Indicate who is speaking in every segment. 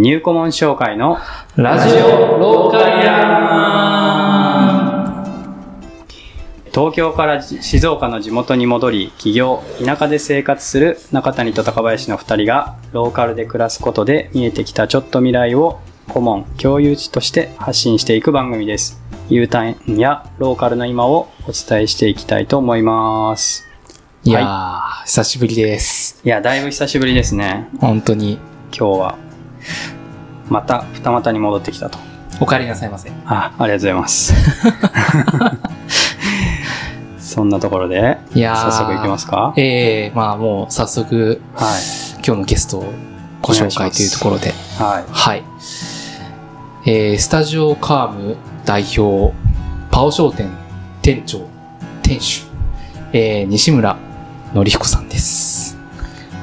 Speaker 1: 入顧問紹介の
Speaker 2: ラジオローカリアン
Speaker 1: 東京から静岡の地元に戻り起業田舎で生活する中谷と高林の2人がローカルで暮らすことで見えてきたちょっと未来を顧問共有地として発信していく番組です U ターンやローカルの今をお伝えしていきたいと思います
Speaker 2: いやー、久しぶりです。
Speaker 1: いやだいぶ久しぶりですね
Speaker 2: 本当に。
Speaker 1: 今日はまた二股に戻ってきたと
Speaker 2: お帰りなさいませ。
Speaker 1: あありがとうございます そんなところで
Speaker 2: いやー
Speaker 1: 早速いきますか
Speaker 2: ええまあもう早速、
Speaker 1: はい
Speaker 2: 今日のゲストをご紹介というところで。
Speaker 1: はい
Speaker 2: はい。えー、スタジオカーム代表、パオ商店店長、店主、えー、西村のりひこさんです。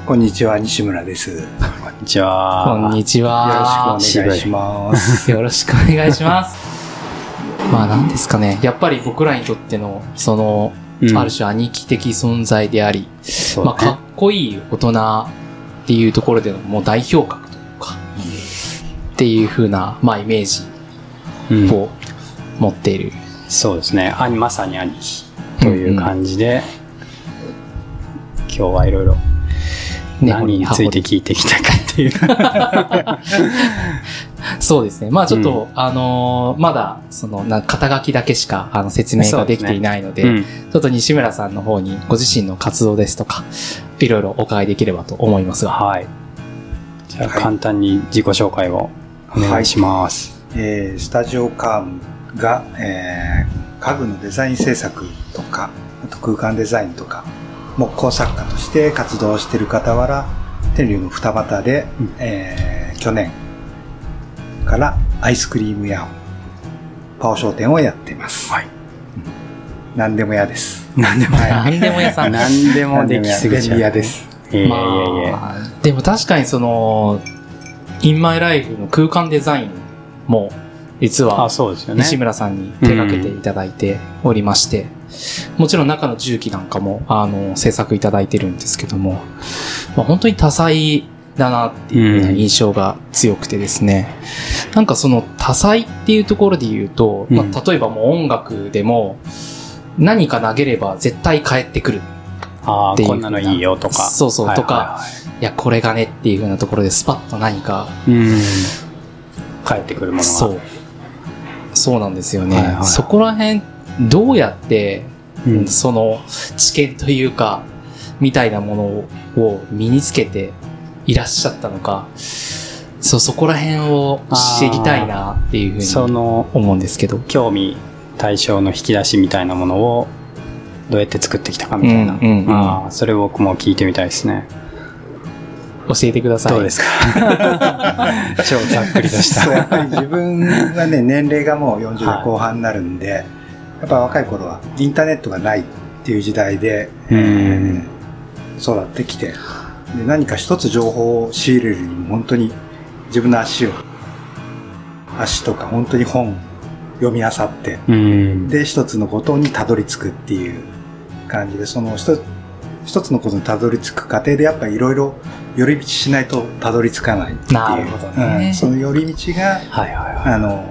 Speaker 3: こんにちは、西村です。よろしく
Speaker 1: こんにちは。
Speaker 2: こんにち
Speaker 3: お
Speaker 2: は。
Speaker 3: 願いします。
Speaker 2: よろしくお願いします。まあなんですかね。やっぱり僕らにとっての、その、
Speaker 1: うん
Speaker 2: ある種兄貴的存在であり、
Speaker 1: そう
Speaker 2: まあ
Speaker 1: ね
Speaker 2: かっこいい大人っていうところでのもう代表格というか、っていう風な、まあイメージ
Speaker 1: うん
Speaker 2: を持っている。
Speaker 1: そうですね。あまさに兄貴という感じで、今日はいろいろ
Speaker 2: ね
Speaker 1: 何について聞いてきたかっていう。
Speaker 2: そうですね。まあちょっと、あのーまだ、その、な肩書きだけしか、あの、説明ができていないので、
Speaker 1: うん
Speaker 2: ちょっと西村さんの方にご自身の活動ですとか、いろいろお伺いできればと思いますが。
Speaker 1: はい。じゃあ
Speaker 3: はい
Speaker 1: 簡単に自己紹介をお願いします。
Speaker 3: えースタジオカームが、えー家具のデザイン制作とか、あと空間デザインとか、木工作家として活動している傍ら、天竜の二股で、
Speaker 1: うん
Speaker 3: えー去年からアイスクリーム屋を、パオ商店をやっています。
Speaker 1: はい
Speaker 3: うん何でも屋です。
Speaker 1: 何でも
Speaker 3: はい
Speaker 2: 何でも屋さん。
Speaker 1: 何でもできすぎちゃ
Speaker 3: 便利屋
Speaker 1: う。
Speaker 3: です。
Speaker 1: いやいやいや。
Speaker 2: まあ、でも確かにその、インマイライフの空間デザインも、実
Speaker 1: あ、
Speaker 2: は
Speaker 1: そうですよね。
Speaker 2: 西村さんに手掛けていただいておりまして、もちろん中の重機なんかも、あの、制作いただいてるんですけども、まあ、本当に多彩だなっていうような印象が強くてですね、なんかその多彩っていうところで言うと、ま
Speaker 1: う
Speaker 2: あ
Speaker 1: ん
Speaker 2: 例えばもう音楽でも、何か投げれば絶対返ってくる
Speaker 1: あ
Speaker 2: っ
Speaker 1: ー
Speaker 2: ていう
Speaker 1: こんなのいいよとか。
Speaker 2: そうそう
Speaker 1: はいはい
Speaker 2: とかいや、これがねっていう風なところで、スパッと何か、
Speaker 1: はいうん。帰ってくるものが。
Speaker 2: そう。そうなんですよね。
Speaker 1: はいはい
Speaker 2: そこら辺、どうやって、
Speaker 1: うん。
Speaker 2: その、知見というか、みたいなものを身につけていらっしゃったのか、そう、そこら辺を知りたいなっていう風
Speaker 1: そ
Speaker 2: に
Speaker 1: の、
Speaker 2: 思うんですけど。
Speaker 1: 興味対象の引き出しみたいなものをどうやって作ってきたかみ
Speaker 2: う
Speaker 1: たい
Speaker 2: ん
Speaker 1: な、
Speaker 2: うんうん、
Speaker 1: ああそれ僕も聞いてみたいですね、
Speaker 2: 教えてください。
Speaker 1: どうですか超ざっくりと し
Speaker 3: そうやったぱり自分はね年齢がもう40代後半になるんで、やっぱ若い頃はインターネットがないっていう時代で、
Speaker 1: うん
Speaker 3: えー育ってきてで何か一つ情報を仕入れるにも本当に自分の足を足とか本当に本読み漁って
Speaker 1: うん
Speaker 3: で一つのことにたどり着くっていう感じでその一つ一つのことにたどり着く過程でやっぱりいろいろ寄り道しないとたどり着かないっていう
Speaker 2: なるほどね
Speaker 3: うんその寄り道が
Speaker 1: はいはいはい
Speaker 3: あの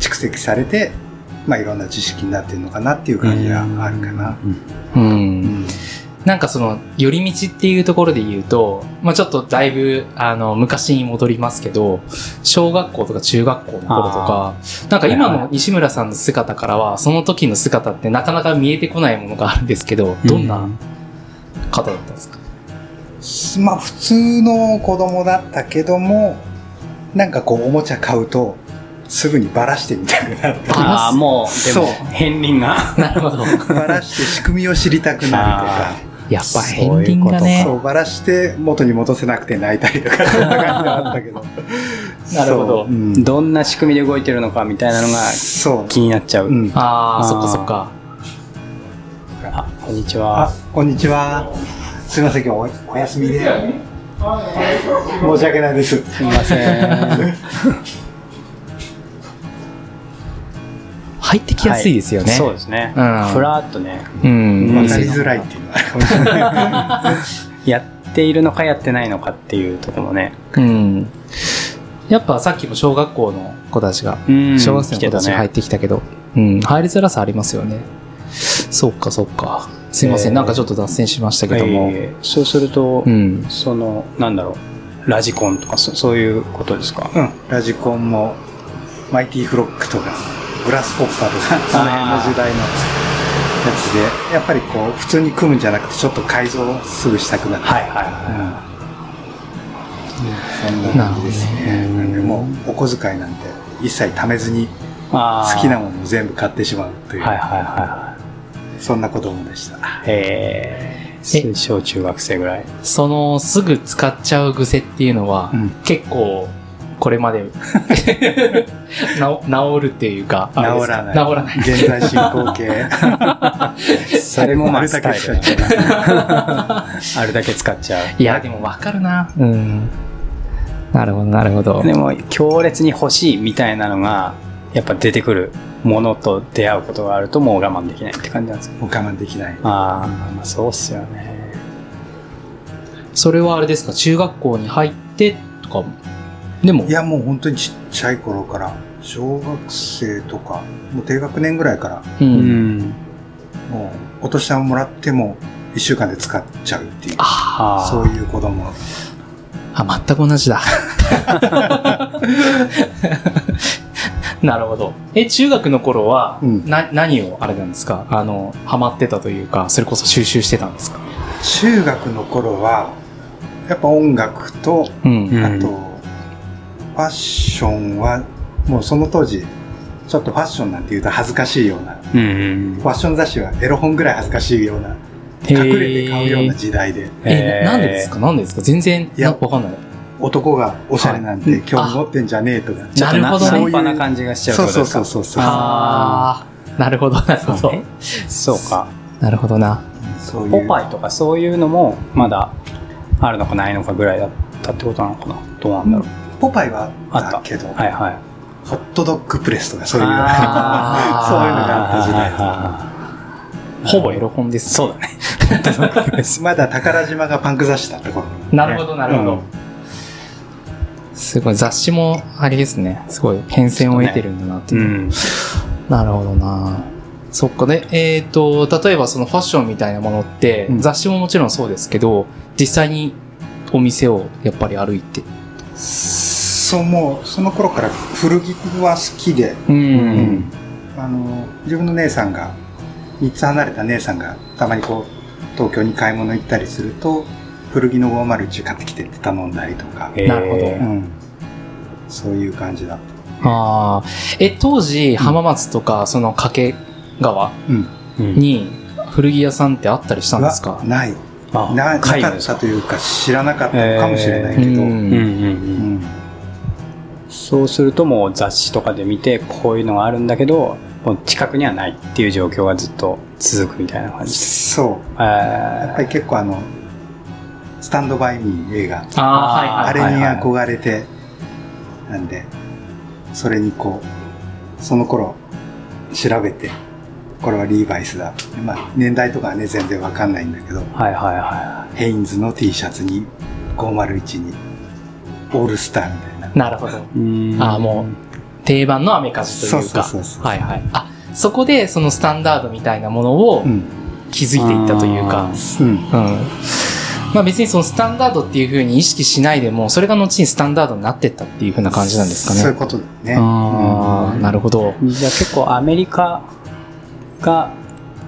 Speaker 3: 蓄積されて、まあ、いろんな知識になってるのかなっていう感じがあるかな。
Speaker 1: うん
Speaker 2: うん
Speaker 3: うん
Speaker 2: なんかその、寄り道っていうところで言うと、まあちょっとだいぶ、あの、昔に戻りますけど、小学校とか中学校の頃とか、なんか今
Speaker 1: はいは
Speaker 2: の西村さんの姿からは、その時の姿ってなかなか見えてこないものがあるんですけど、どんな方だったんですか、
Speaker 3: まあ普通の子供だったけどもなんかこうおもちゃ買うとすぐにばらしてみたくなって
Speaker 1: ああもうで
Speaker 3: そう
Speaker 1: も片鱗が
Speaker 2: なるほど。
Speaker 3: ばらして仕組みを知りたくなる
Speaker 2: やっぱ片鱗が
Speaker 3: と
Speaker 2: ね
Speaker 3: か。そうばらして元に戻せなくて泣いたりとかそんな感じがあったけど
Speaker 2: なるほど
Speaker 3: そう,うん、
Speaker 1: どんな仕組みで動いてるのかみたいなのが
Speaker 3: そう
Speaker 1: 気になっちゃう、
Speaker 3: うん
Speaker 2: ああ、
Speaker 1: あー
Speaker 2: そっかそっか。
Speaker 1: あこんにち
Speaker 3: あ
Speaker 1: は、
Speaker 3: こんにちは。すみません、今日おお休みで。申し訳ないです。
Speaker 1: すみません
Speaker 2: 入ってきやすいですよね。
Speaker 1: はそうですね、
Speaker 2: うん
Speaker 1: ふらっとね
Speaker 2: うん。
Speaker 3: わかりづらいっていうのはあるかもしれない。
Speaker 1: やっているのかやってないのかっていうところもね
Speaker 2: うん。やっぱさっきも小学校の子たちが、
Speaker 1: うん
Speaker 2: 小学生の子たちが入っ
Speaker 1: 来て
Speaker 2: てきたけど、うん、入りづらさありますよね。そっかそっか。すいません、
Speaker 1: えー
Speaker 2: なんかちょっと脱線しました
Speaker 1: た
Speaker 2: け
Speaker 1: ね
Speaker 2: ども。
Speaker 1: えーそうすると、
Speaker 2: うん。
Speaker 1: そのなんだろうラジコンとかそそういうことですか
Speaker 3: うん、ラジコンも、マイティフロックとか、グラスポッパーとか、その辺の時代のやつで、やっぱりこう、普通に組むんじゃなくて、ちょっと改造をすぐしたくなる。
Speaker 1: はいはい
Speaker 3: うんそんな感じです
Speaker 2: なる
Speaker 3: ね。
Speaker 2: ほどね
Speaker 3: なんでもう、お小遣いなんて、一切貯めずに、好
Speaker 1: あー
Speaker 3: きなものを全部買ってしまうという、
Speaker 1: はいはいは
Speaker 3: そんな子供でした。
Speaker 1: いはいえー小中学生ぐら い
Speaker 2: その、すぐ使っちゃう癖っていうのは、
Speaker 3: うん
Speaker 2: 結構、これま でな治るっていうか、
Speaker 3: 治
Speaker 2: あれですから
Speaker 3: ない。
Speaker 2: 治らない。
Speaker 3: 現在進行形。
Speaker 1: それもま
Speaker 3: あ
Speaker 1: あ
Speaker 3: れ
Speaker 1: ス
Speaker 3: だけ
Speaker 1: タイ
Speaker 3: 使
Speaker 1: ル
Speaker 3: っちゃう。
Speaker 1: あれだけ使っちゃ
Speaker 2: いや、でもわかるな。うん。なるほど、なるほど
Speaker 1: う。でも強烈に欲しいみたいなのがやっぱ出てくるものと出会うことがあるともう我慢できないって感じなんですね
Speaker 3: もう我慢できない。
Speaker 1: あー、まあそうっすよね
Speaker 2: それはあれですか、中学校に入ってとかもでも
Speaker 3: い、や、もう本当にちっちゃい頃から、小学生とか、もう低学年ぐらいから、
Speaker 2: う。
Speaker 1: うんん
Speaker 3: もうお年玉もらっても1週間で使っちゃうっていう、
Speaker 2: あ
Speaker 1: あー
Speaker 3: そういう子供。
Speaker 2: あ、あ、全く同じだ。 なるほど。え、中学の頃は、
Speaker 3: うん
Speaker 2: な、何をあれなんですかあの、ハマってたというか、それこそ収集してたんですか
Speaker 3: 中学の頃は、やっぱ音楽と、
Speaker 2: うん。
Speaker 1: うん
Speaker 3: あと、ファッションは、もうその当時、ちょっとファッションなんて言うと恥ずかしいような、
Speaker 1: うんうん
Speaker 3: ファッション雑誌はエロ本ぐらい恥ずかしいような、
Speaker 2: へー
Speaker 3: 隠れて買うような時代で、
Speaker 2: え、
Speaker 1: えー
Speaker 2: ななんでですかなんでですか全然、
Speaker 3: いや
Speaker 2: なわかんない。
Speaker 3: 男がおしゃれなん
Speaker 1: は
Speaker 3: て
Speaker 1: い
Speaker 3: 興味持ってんじゃねえとか、
Speaker 2: なるほどね
Speaker 1: ナンパな感じがしちゃう
Speaker 3: そうそうそう
Speaker 1: う
Speaker 3: そうそう。
Speaker 1: あ
Speaker 2: ああ、なるほど、なるほど。
Speaker 1: そうか
Speaker 2: なるほどな。
Speaker 3: そうい
Speaker 1: ポ
Speaker 3: う。
Speaker 1: パイとかそういうのもまだあるのかないのかぐらいだったってことなのかなどうなんだろう、
Speaker 3: ポパイはあっ
Speaker 1: あ
Speaker 3: た
Speaker 1: った
Speaker 3: けど、
Speaker 1: はいはい
Speaker 3: ホットドッグプレスとかそういう。
Speaker 1: あー
Speaker 3: そういうのがあった時代です
Speaker 1: はいはいはい
Speaker 2: ほぼエロ本です。そうだね。
Speaker 3: まだ宝島がパンク雑誌だった頃。
Speaker 2: なるほど、なるほ
Speaker 3: うん
Speaker 2: ど。すごい、雑誌も、あれですね。すごい、変遷を得てるんだなっていうう。
Speaker 1: ん
Speaker 2: なるほどな。そっかね。えっ、と、例えばそのファッションみたいなものって、
Speaker 3: うん
Speaker 2: 雑誌ももちろんそうですけど、実際にお店をやっぱり歩いて。
Speaker 3: そう、もう、その頃から古着は好きで、
Speaker 2: う。
Speaker 1: うんん
Speaker 3: あの、自分の姉さんが、3つ離れた姉さんが、たまにこう、東京に買い物行ったりすると、古着の501買ってきてって頼んだりとか、
Speaker 2: なるほど
Speaker 1: え
Speaker 3: う
Speaker 1: ー
Speaker 3: ん。そういう感じだった。
Speaker 2: ああ。え、当時、浜松とか、その掛川
Speaker 3: うん。
Speaker 1: うん
Speaker 2: に古着屋さんってあったりしたんです
Speaker 3: は
Speaker 2: か
Speaker 3: ない。
Speaker 1: あ
Speaker 3: なな
Speaker 1: 海
Speaker 3: か
Speaker 1: 外
Speaker 3: っ
Speaker 1: ですか
Speaker 3: たというか、知らなかったのかもしれないけど、
Speaker 1: う
Speaker 2: う
Speaker 1: んんうんうんそうするともう雑誌とかで見てこういうのがあるんだけどもう近くにはないっていう状況がずっと続くみたいな
Speaker 3: う
Speaker 1: 感
Speaker 3: ん
Speaker 1: じで
Speaker 3: そう。やっ
Speaker 1: あ
Speaker 3: ぱり結構あの、スタンドバイミー映画、
Speaker 2: ああ、
Speaker 3: あ
Speaker 2: はい
Speaker 3: れ
Speaker 2: はい、はい。
Speaker 3: に憧れて、なんで、それにこう、その頃、調べて、これはリーバイスだ。まあ、年代とかはね、全然わかんないんだけど、
Speaker 1: はいはいは
Speaker 3: ヘインズの T シャツに、501に、オールスターみたいな。
Speaker 2: なるほど。
Speaker 1: いうん
Speaker 2: ああ、もう、定番のアメカジというか。
Speaker 3: そうそうそうそう
Speaker 2: はいはい。あ、そこで、そのスタンダードみたいなものを
Speaker 3: うん。
Speaker 2: 気づいていったというか。
Speaker 1: あー
Speaker 3: うん。
Speaker 2: うん。まあ別にそのスタンダードっていう風に意識しないでも、それが後にスタンダードになってったっていう風な感じなんですかね。
Speaker 3: そういうことだね。
Speaker 2: ああ、
Speaker 1: うん
Speaker 2: なるほど。
Speaker 1: じゃあ結構アメリカが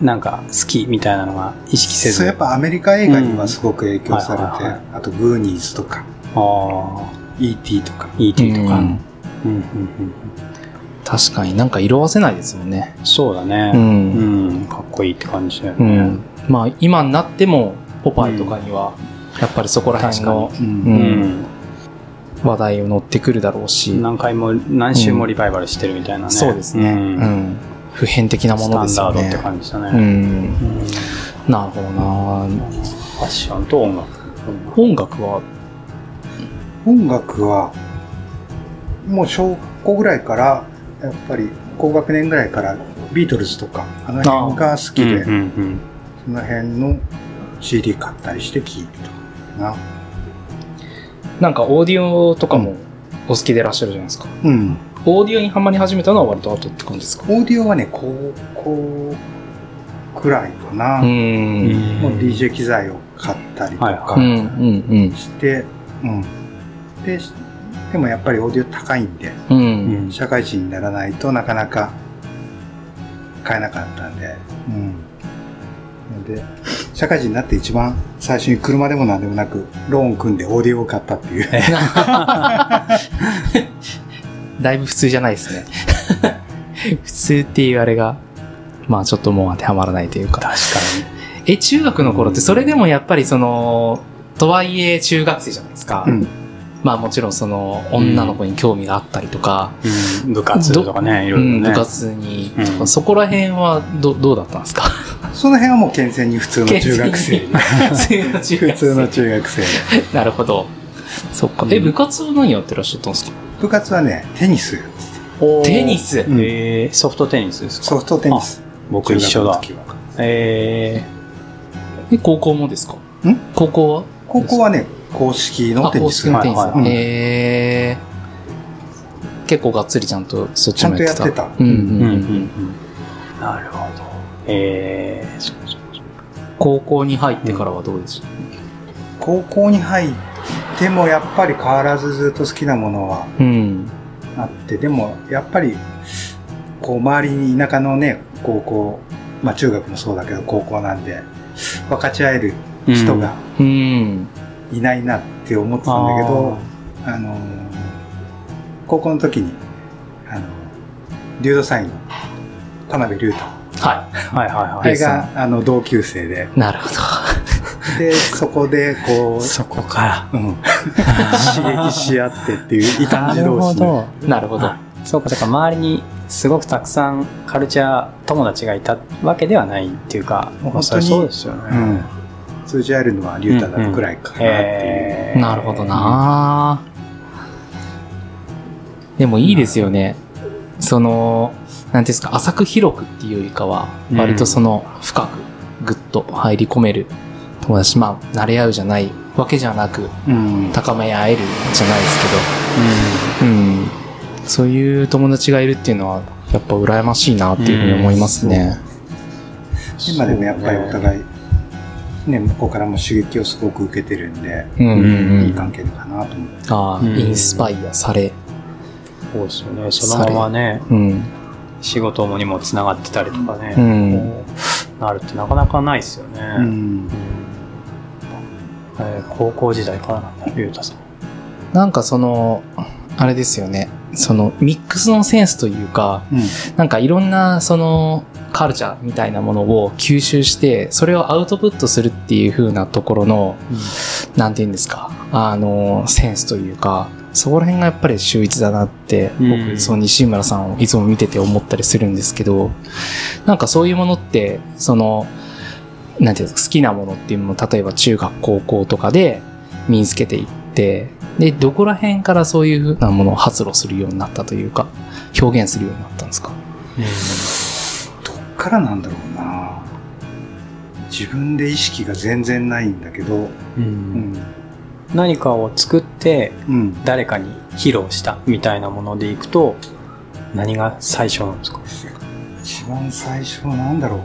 Speaker 1: なんか好きみたいなのが意識せず
Speaker 3: そうやっぱアメリカ映画にはすごく影響さ
Speaker 1: う
Speaker 3: れ
Speaker 1: んはいはいは
Speaker 3: て、あとグーニーズとか、
Speaker 1: あ
Speaker 3: E.T. とか。
Speaker 1: ー ET とか、
Speaker 2: うん
Speaker 1: うんうんうん
Speaker 2: 確かになんか色褪せないですもんね。
Speaker 1: そうだ
Speaker 2: う。
Speaker 1: ね、うんんかっこいいって感じだよ
Speaker 2: う
Speaker 1: ね、
Speaker 2: ん。まあ今になっても、ポパイとかには、やっぱりそこら辺の
Speaker 3: う。
Speaker 2: うん
Speaker 1: うんん
Speaker 2: 話題を乗ってくるだろうし、
Speaker 1: 何回も何週もリバイバルしてるみたいなね、
Speaker 2: そうですね。う
Speaker 1: うん
Speaker 2: ん。普遍的なも
Speaker 1: ス
Speaker 2: の
Speaker 1: タ
Speaker 2: で
Speaker 1: ン
Speaker 2: す
Speaker 1: ダ
Speaker 2: よ
Speaker 1: ードっ
Speaker 2: ね
Speaker 1: て。感じだ
Speaker 2: う
Speaker 1: ね、
Speaker 2: ん。
Speaker 1: うんフ
Speaker 2: なるほどな。
Speaker 1: ァッションと音楽
Speaker 2: 音楽は、
Speaker 3: 音楽はもう小学校ぐらいからやっぱり高学年ぐらいからビートルズとかあの辺が好きで、
Speaker 1: うんうん
Speaker 3: その辺の CD 買ったりして聴いてたかな
Speaker 2: なんかオーディオとかもお好きでいらっしゃるじゃないですか。
Speaker 3: うん。
Speaker 2: オーディオにハマり始めたのは割と後って感じですか
Speaker 3: オーディオはね、高校くらいかな。
Speaker 2: う。
Speaker 3: も
Speaker 1: うんん
Speaker 3: う DJ 機材を買ったりとか。
Speaker 1: はいは
Speaker 2: うん、うん、
Speaker 3: して、うん。で、しでもやっぱりオーディオ高いんで、
Speaker 2: うん。う。
Speaker 1: うんん
Speaker 3: 社会人にならないとなかなか買えなかったんで、うん。で、社会人になって一番最初に車でも何でもなく、ローン組んでオーディオを買ったっていう。
Speaker 2: だいぶ普通じゃないですね。 普通っていうあれが、まあちょっともう当てはまらないというか。確かに。え、中学の頃ってそれでもやっぱりその、とはいえ中学生じゃないですか。
Speaker 3: うん。
Speaker 2: まあもちろんその女の子に興味があったりとか、
Speaker 1: うん部活とかね、いろいろ
Speaker 2: うん
Speaker 1: ね。
Speaker 2: 部活に、
Speaker 1: うん
Speaker 2: そこら辺はどどうだったんですか
Speaker 3: その辺はもう健全に普通の中学生。
Speaker 2: 健全に普通の中
Speaker 3: 普
Speaker 2: 学生
Speaker 3: 通の中学生。
Speaker 2: なるほど。そっか。え、部活は何やってらっしゃったんですか
Speaker 3: 部活はね、テニス。
Speaker 2: テニス
Speaker 1: うんえーソフトテニスですか
Speaker 3: ソフトテニス。
Speaker 1: 僕一緒だ。
Speaker 3: 中学の時は
Speaker 1: え
Speaker 2: え、高校もですか高校は
Speaker 3: 高校はね、公式のテニス。
Speaker 2: あ公式のテニス。
Speaker 1: はい
Speaker 3: はいはい
Speaker 2: へー結構がっつりちゃんとそっちもやってた。
Speaker 3: ちゃんとやっ
Speaker 2: う
Speaker 3: て
Speaker 1: ー、
Speaker 2: んう
Speaker 3: た
Speaker 2: ん
Speaker 1: うん
Speaker 2: う
Speaker 1: うん
Speaker 2: ん
Speaker 1: うん。なるほど。えー、
Speaker 2: 高校に入ってからはどうでし
Speaker 3: 高校に入ってもやっぱり変わらずずっと好きなものは
Speaker 2: たうん。
Speaker 3: あってでもやっぱりこう周りに田舎のね高校、まあ、中学もそうだけど高校なんで分かち合える人が
Speaker 2: うん。
Speaker 3: いないなって思ってたんだけど、あのー高校の時にあのリュードサインの田辺龍太
Speaker 2: は
Speaker 1: はいは
Speaker 3: あ
Speaker 1: いは
Speaker 3: れ
Speaker 1: い。
Speaker 3: があの同級生で
Speaker 2: い。なるほど。
Speaker 3: でそこで こう、
Speaker 1: そこか
Speaker 3: うん、 刺激し合ってっていう異
Speaker 1: ら。
Speaker 3: 端児同士の。
Speaker 2: なるほど。
Speaker 1: そうか、だから周りにすごくたくさんカルチャー友達がいたわけではないっていうか、
Speaker 3: もう
Speaker 1: まあ
Speaker 3: 本
Speaker 1: そ
Speaker 3: 当
Speaker 1: れ
Speaker 3: に
Speaker 1: そうですよね。
Speaker 3: うん、通じ合えるのは竜太だくらいかなっていう、
Speaker 1: えー
Speaker 2: なるほど。な、でもいいですよね。その、なんていうんですか、浅く広くっていうよりかは、
Speaker 1: うん
Speaker 2: 割とその深くぐっと入り込める友達、まあ、慣れ合うじゃないわけじゃなく、
Speaker 3: うん
Speaker 2: 高め合えるじゃないですけど、うん。そういう友達がいるっていうのは、やっぱ羨ましいなっていうふうに思いますね。
Speaker 3: 今でもやっぱりお
Speaker 1: い。
Speaker 3: 互い、ね、向こうからも刺激をすごく受けてるんで、
Speaker 2: うん。うん
Speaker 1: うん
Speaker 3: いい
Speaker 2: うん
Speaker 3: 関係かなと思って、
Speaker 2: ああ、
Speaker 1: うん
Speaker 2: インスパイアされ。
Speaker 1: そうですよね。そのままね、
Speaker 2: うん。
Speaker 1: 仕事にもつながってたりとかね、
Speaker 2: うん
Speaker 1: こうなるってなかなかないですよね。
Speaker 3: うん
Speaker 1: えー高校時代からなんだ、ゆうたさん。
Speaker 2: なんかその、あれですよね。そのミックスのセンスというか、
Speaker 3: う
Speaker 2: なんかいろんなそのカルチャーみたいなものを吸収して、それをアウトプットするっていう風なところの、なんて言うんですか、あの、センスというか、そこら辺がやっぱり秀逸だなって、僕、
Speaker 1: うん
Speaker 2: その西村さんをいつも見てて思ったりするんですけど、なんかそういうものって、その、なんていうんですか、好きなものっていうのも、例えば中学、高校とかで身につけていって、で、どこら辺からそういう風なものを発露するようになったというか、表現するようになったんですか
Speaker 3: ん、からなんだろうな自分で意識が全然ないんだけど、うん
Speaker 1: 何かを作って
Speaker 3: うん、
Speaker 1: 誰かに披露したみたいなものでいくと何が最初なんですか
Speaker 3: 一番最初はなんだろう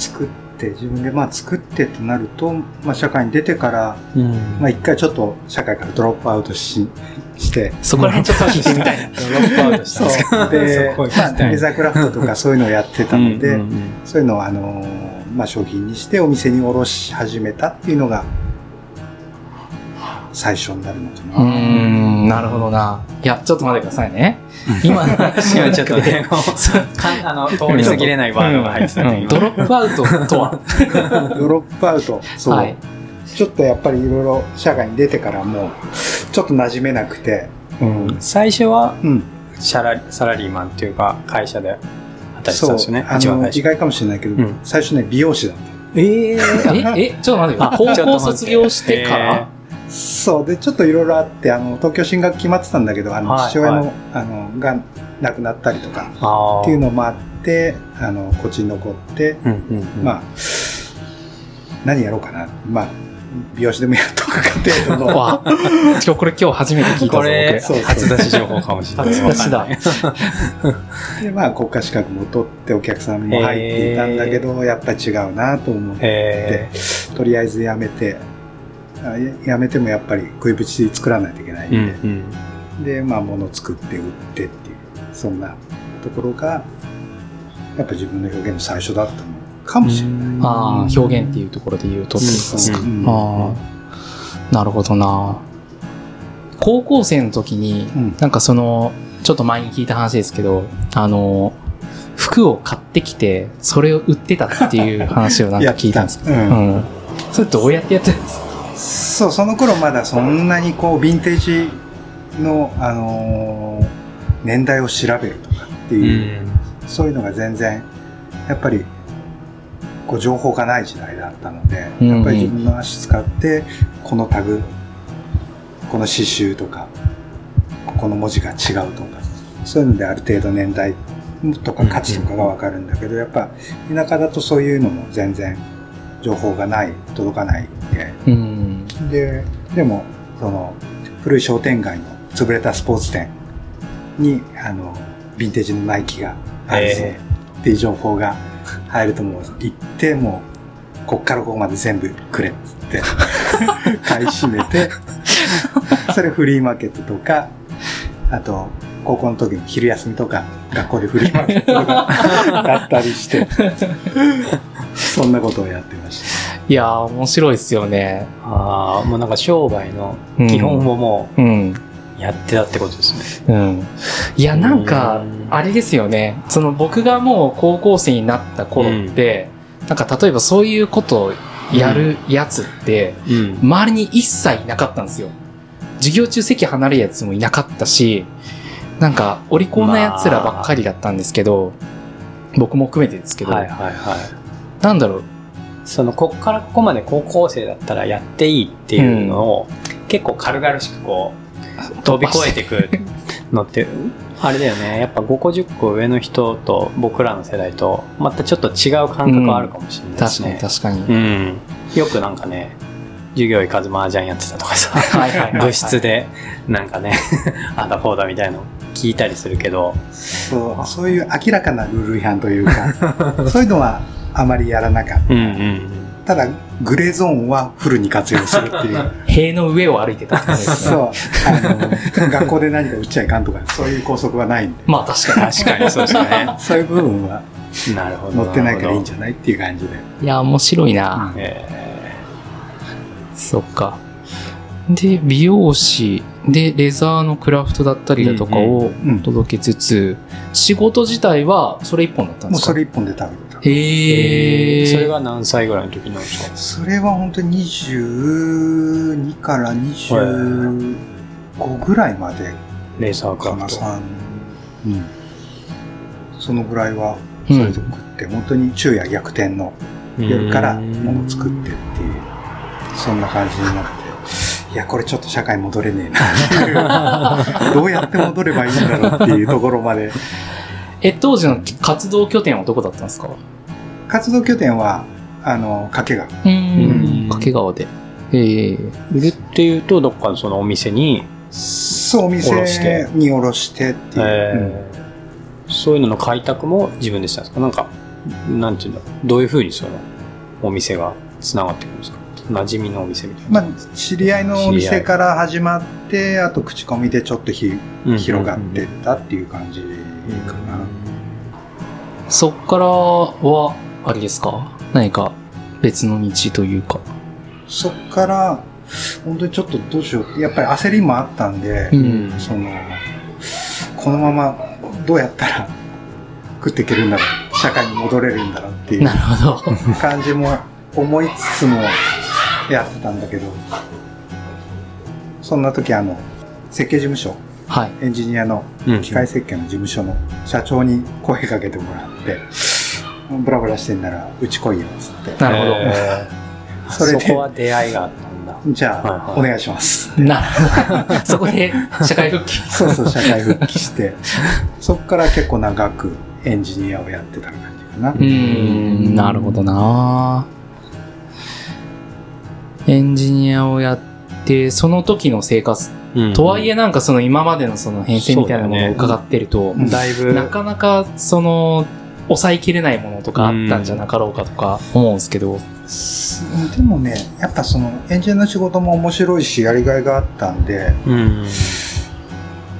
Speaker 3: 作って自分でまあ作ってとなると、まあ、社会に出てから
Speaker 1: うん
Speaker 3: まあ、一回ちょっと社会からドロップアウトしして
Speaker 2: そこら辺ちょっと聞いてみたいな。
Speaker 1: ド ロップアウトしたんですか
Speaker 3: で
Speaker 1: そこ行き
Speaker 3: まあ、
Speaker 1: たい
Speaker 3: レザークラフトとかそういうのをやってた
Speaker 1: うん
Speaker 3: ので、
Speaker 1: うんうん
Speaker 3: そういうのを、あのーまあ、商品にしてお店に卸し始めたっていうのが最初になるのか
Speaker 2: うー
Speaker 3: な。
Speaker 2: ん、なるほどな。いや、ちょっと待ってくださいね。今の話は
Speaker 1: 今ちょっとね、 こうかあの通り過ぎれないワードが入ってたね、
Speaker 2: ド
Speaker 1: 今
Speaker 2: ロップアウトとは。
Speaker 3: ドロップアウト、そう、
Speaker 2: はい。
Speaker 3: ちょっとやっぱりいろいろ社会に出てからもちょっと馴染めなくて、うん
Speaker 1: 最初は
Speaker 3: うん、
Speaker 1: シャラサラリーマンっていうか会社で働いてた
Speaker 3: そ
Speaker 1: ん
Speaker 3: う
Speaker 1: ですよね
Speaker 3: あ
Speaker 1: 一番
Speaker 3: の
Speaker 1: 最初
Speaker 3: 意外かもしれないけど、
Speaker 1: うん
Speaker 3: 最初ね美容師だった
Speaker 1: ええ
Speaker 2: え、え、ちょっと待ってください。
Speaker 1: ちょっと待って
Speaker 2: 高校卒業してから
Speaker 3: そうでちょっといろいろあってあの東京進学決まってたんだけどあの、
Speaker 1: はい
Speaker 3: 父親の,、
Speaker 1: は
Speaker 3: あのが亡くなったりとか
Speaker 1: あー
Speaker 3: っていうのもあってあのこっちに残って、
Speaker 1: うんうんうん
Speaker 3: まあ何やろうかなまあ美容師でもやっとくか程度の。
Speaker 2: わ、今日これ今日初めて聞いたぞ、
Speaker 1: これ、
Speaker 2: 僕
Speaker 3: そう
Speaker 1: 初出し情報かもしれない。
Speaker 2: 初出しだ
Speaker 1: わかんない。
Speaker 3: で、まあ、国家資格も取ってお客さんも入っていたんだけど、やっぱり違うなと思って、
Speaker 1: え
Speaker 3: とりあえずやめて、あややめてもやっぱり食いぶち作らないといけないん
Speaker 1: ー、う
Speaker 3: で、
Speaker 1: んうん。
Speaker 3: で、まあ、物作って売ってっていう、そんなところが、やっぱ自分の表現の最初だったのかもしれない。
Speaker 2: ああ、表現っていうところで言うとってことですか。
Speaker 3: うん
Speaker 2: ああ、なるほどな。高校生の時に、
Speaker 3: うん
Speaker 2: なんかその、ちょっと前に聞いた話ですけど、あの、服を買ってきて、それを売ってたっていう話をなんか聞いたんですけど、
Speaker 3: やって
Speaker 2: う。
Speaker 3: たうん
Speaker 2: それどうやってやってたんですか
Speaker 3: そう、その頃まだそんなにこう、ヴィンテージの、あのー年代を調べるとかって
Speaker 1: う
Speaker 3: いう、
Speaker 1: ん。
Speaker 3: そういうのが全然、やっぱり、こう、情報がない時代だったので、
Speaker 2: うんうん
Speaker 3: やっぱり自分の足使って、このタグ、この刺繍とか、ここの文字が違うとか、そういうのである程度年代とか価値とかがわかるんだけど、やっぱ、田舎だとそういうのも全然、情報がない、届かないんで、
Speaker 2: うん。
Speaker 3: ででもその古い商店街の潰れたスポーツ店にあのヴィンテージのナイキがあるぞ
Speaker 1: え
Speaker 3: っていう情報が入るともう行ってもうこっからここまで全部くれっつ って買い占めてそれフリーマーケットとかあと高校の時の昼休みとか学校でフリーマーケット とかだったりしてそんなことをやってました
Speaker 2: いやー、面白いですよね。
Speaker 1: ああ、もうなんか商売の
Speaker 2: うん
Speaker 1: 基本をも
Speaker 2: うん。
Speaker 1: うやってたってことですね。
Speaker 2: うん。いや、なんか
Speaker 1: うん、
Speaker 2: あれですよね。その僕がもう高校生になった頃って、なんか例えばそういうことをやるやつって、
Speaker 1: うん。
Speaker 2: 周りに一切いなかったんですよ。授業中席離れるやつもいなかったし、なんか、お利口なやつらばっかりだったんですけど、僕も含めてですけど、
Speaker 1: はいはいはい。
Speaker 2: なんだろう、
Speaker 1: そのこっからここまで高校生だったらやっていいっていうのを、結構軽々しくこう飛び越えてくのってあれだよねやっぱ5個10個上の人と僕らの世代とまたちょっと違う感覚はあるかもしれないで
Speaker 2: 確
Speaker 1: す
Speaker 2: かに
Speaker 1: ね、
Speaker 2: 確かに。
Speaker 1: うんよくなんかね授業行かず麻雀やってたとかさ
Speaker 2: はいはいはいはい
Speaker 1: 部室でなんかね あだこうだみたいの聞いたりするけど
Speaker 3: そうそういう明らかなルール違反という かそういうのはあまりやらなかっ
Speaker 1: うんうん
Speaker 3: たただグレーゾーンはフルに活用するっていう
Speaker 2: 塀の上を歩いてたって感じです
Speaker 3: そ
Speaker 2: ね。
Speaker 3: うあの学校で何か打っちゃいかんとかそういう校則はないんで
Speaker 2: まあ確かに。
Speaker 1: 確かにそうです ね
Speaker 3: そういう部分は
Speaker 1: なるほど
Speaker 3: 載ってないからいいんじ
Speaker 1: ゃ
Speaker 3: ゃないっていう感じで
Speaker 2: いや、面白いな。
Speaker 3: うん
Speaker 1: え
Speaker 2: そっか。で、美容師、で、レザーのクラフトだったりだとかを
Speaker 3: んうん
Speaker 2: 届けつつ、仕事自体はそれ一本だったん
Speaker 3: も
Speaker 2: で
Speaker 3: う
Speaker 2: すか
Speaker 3: それ一本で食べてた
Speaker 2: へ
Speaker 1: ー
Speaker 2: え。
Speaker 1: それは何歳ぐらいの時なんですか
Speaker 3: それは本当に22から25ぐらいまで
Speaker 1: レーサーク
Speaker 3: か
Speaker 1: ラフ
Speaker 3: な
Speaker 1: ト。
Speaker 3: さん、うん、そのぐらいはそれで食って、本当に昼夜逆転の夜からもの作ってっていうそんな感じになっていやこれちょっと社会戻れねえ なっていうどうやって戻ればいいんだろうっていうところまで
Speaker 2: え、当時の活動拠点はどこだったんですか
Speaker 3: 活動拠点はあの掛川
Speaker 2: う
Speaker 1: ーん
Speaker 2: 掛川で。へえ。
Speaker 1: 売るっていうと、どっかのそのお店に、
Speaker 3: そうお
Speaker 1: おろして
Speaker 3: 店に卸してっていう、
Speaker 1: えーそういうのの開拓も自分でしたんですかなんか、なんていうんだろうどういうふうにそのお店がつながっていくんですか馴染みのお店みたい
Speaker 3: うんまあ、知り合いのお店から始まってあと口コミでちょっとひ
Speaker 1: な。
Speaker 3: 広がってったっていう感じ
Speaker 1: うん
Speaker 3: かな、
Speaker 2: そっからは、あれですか何か別の道というか。
Speaker 3: そっから本当にちょっとどうしようってやっぱり焦りもあったんで、
Speaker 2: うん
Speaker 3: そのこのままどうやったら食っていけるんだろう社会に戻れるんだろうっていう
Speaker 2: なるほど。
Speaker 3: 感じも思いつつもやってたんだけどそんな時あの設計事務所
Speaker 2: はい。
Speaker 3: エンジニアの
Speaker 1: うん
Speaker 3: 機械設計の事務所の社長に声かけてもらってブラブラしてんならうち来いよっつって
Speaker 2: なるほど
Speaker 1: え ー
Speaker 3: それで
Speaker 1: そこは出会いがあったんだ。
Speaker 3: じゃあ、
Speaker 1: はいはい
Speaker 3: お願いします
Speaker 2: なるほど。 そこで社会復帰。
Speaker 3: そうそう、社会復 帰して、そこから結構長くエンジニアをやってた感じかな。
Speaker 2: うーん、なるほどなエンジニアをやって、その時の生活、
Speaker 1: うん
Speaker 2: とはいえなんかその今までのその編成みたいなものを伺ってると、
Speaker 3: うん
Speaker 1: だいぶ
Speaker 2: なかなかその、抑えきれないものとかあったんじゃなかろうかとか思うんですけど。
Speaker 3: でもね、やっぱそのエンジニアの仕事も面白いし、やりがいがあったんで、
Speaker 1: うん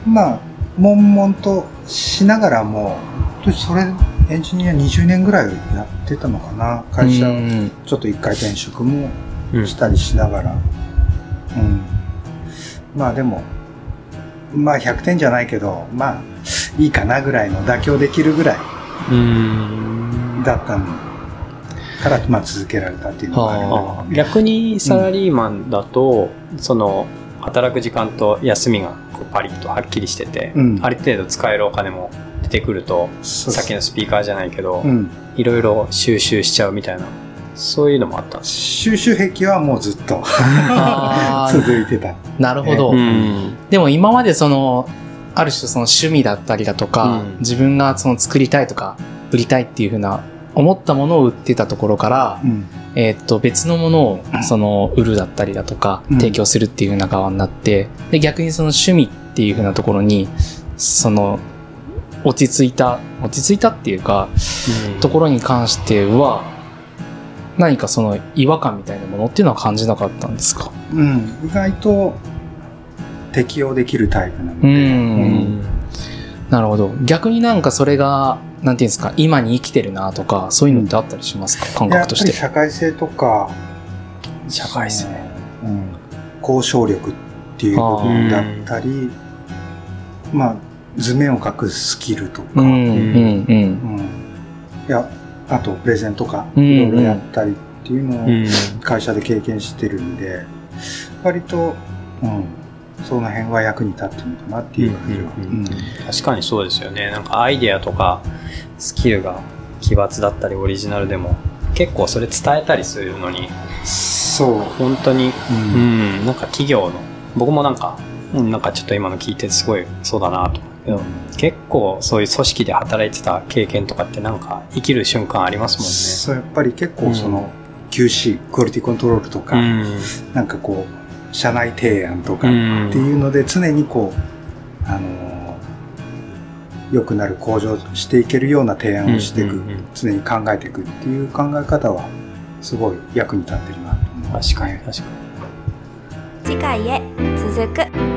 Speaker 3: まあ、悶々としながらも、本当にそれ、エンジニア20年ぐらいやってたのかな。会社
Speaker 2: う
Speaker 3: を
Speaker 2: ん
Speaker 3: ちょっと一回転職も
Speaker 1: うん
Speaker 3: したりしながら。うん。まあでも、まあ100点じゃないけど、まあ、いいかなぐらいの妥協できるぐらい
Speaker 1: うん
Speaker 3: だったのから、まあ続けられたっていうのがあります
Speaker 1: あー逆にサラリーマンだと、その働く時間と休みがこうパリッとはっきりしてて、
Speaker 3: うん
Speaker 1: ある程度使えるお金も出てくると
Speaker 3: そう
Speaker 1: さっきのスピーカーじゃないけど、
Speaker 3: うん。
Speaker 1: いろいろ収集しちゃうみたいなそういうのもあったんです
Speaker 3: 収集癖はもうずっと
Speaker 2: あー
Speaker 3: 続いてた。
Speaker 2: なるほど。
Speaker 1: うん
Speaker 2: でも今までその、ある種その趣味だったりだとか、
Speaker 1: うん
Speaker 2: 自分がその作りたいとか、売りたいっていうふうな、思ったものを売ってたところから
Speaker 3: う、ん。
Speaker 2: えーっと、別のものを、その、売るだったりだとか、
Speaker 3: うん
Speaker 2: 提供するっていうふうな側になって、で、逆にその趣味っていうふうなところに、その、落ち着いた、落ち着いたっていうか、ところに関しては、何かその違和感みたいなものっていうのは感じなかったんですか
Speaker 3: うん、意外と適応できるタイプなので、
Speaker 2: うん
Speaker 1: うん
Speaker 2: なるほど。逆になんかそれが、なんていうんですか、今に生きてるなとか、そういうのってあったりしますか、感
Speaker 3: や
Speaker 2: 覚
Speaker 3: っぱ
Speaker 2: と
Speaker 3: り
Speaker 2: して。
Speaker 3: 社会性とか
Speaker 1: 社会性、
Speaker 3: うん、交渉力っていう部分だったりまあ図面を描くスキルとか、
Speaker 2: う
Speaker 3: うん
Speaker 2: ん、うん、うん。
Speaker 3: いやあとプレゼンとか
Speaker 2: うん
Speaker 3: いろいろやったりっていうの
Speaker 1: う
Speaker 3: を
Speaker 1: ん
Speaker 3: 会社で経験してるんで割と、うん、その辺は役に立ってるのかなっていう感じは。
Speaker 1: うんうん確かにそうですよねなんかアイデアとかスキルが奇抜だったりオリジナルでも結構それ伝えたりするのに
Speaker 3: そう、
Speaker 1: 本当に
Speaker 3: うん
Speaker 1: うん、なんか企業の僕もなんか、うん、なんかちょっと今の聞いてすごいそうだなと思うけど、結構そういう組織で働いてた経験とかってなんか生きる瞬間あります
Speaker 3: そうやっぱり結構その QC、クオリティコントロールとか、
Speaker 1: もんね。
Speaker 3: なんかこう社内提案とか
Speaker 1: う
Speaker 3: っ
Speaker 1: ん
Speaker 3: ていうので常にこう、あのー良くなる向上していけるような提案をしていく、
Speaker 1: うんうんうん
Speaker 3: 常に考えていくっていう考え方はすごい役に立ってるなと思います
Speaker 1: 確かに確か
Speaker 4: 次回へ続く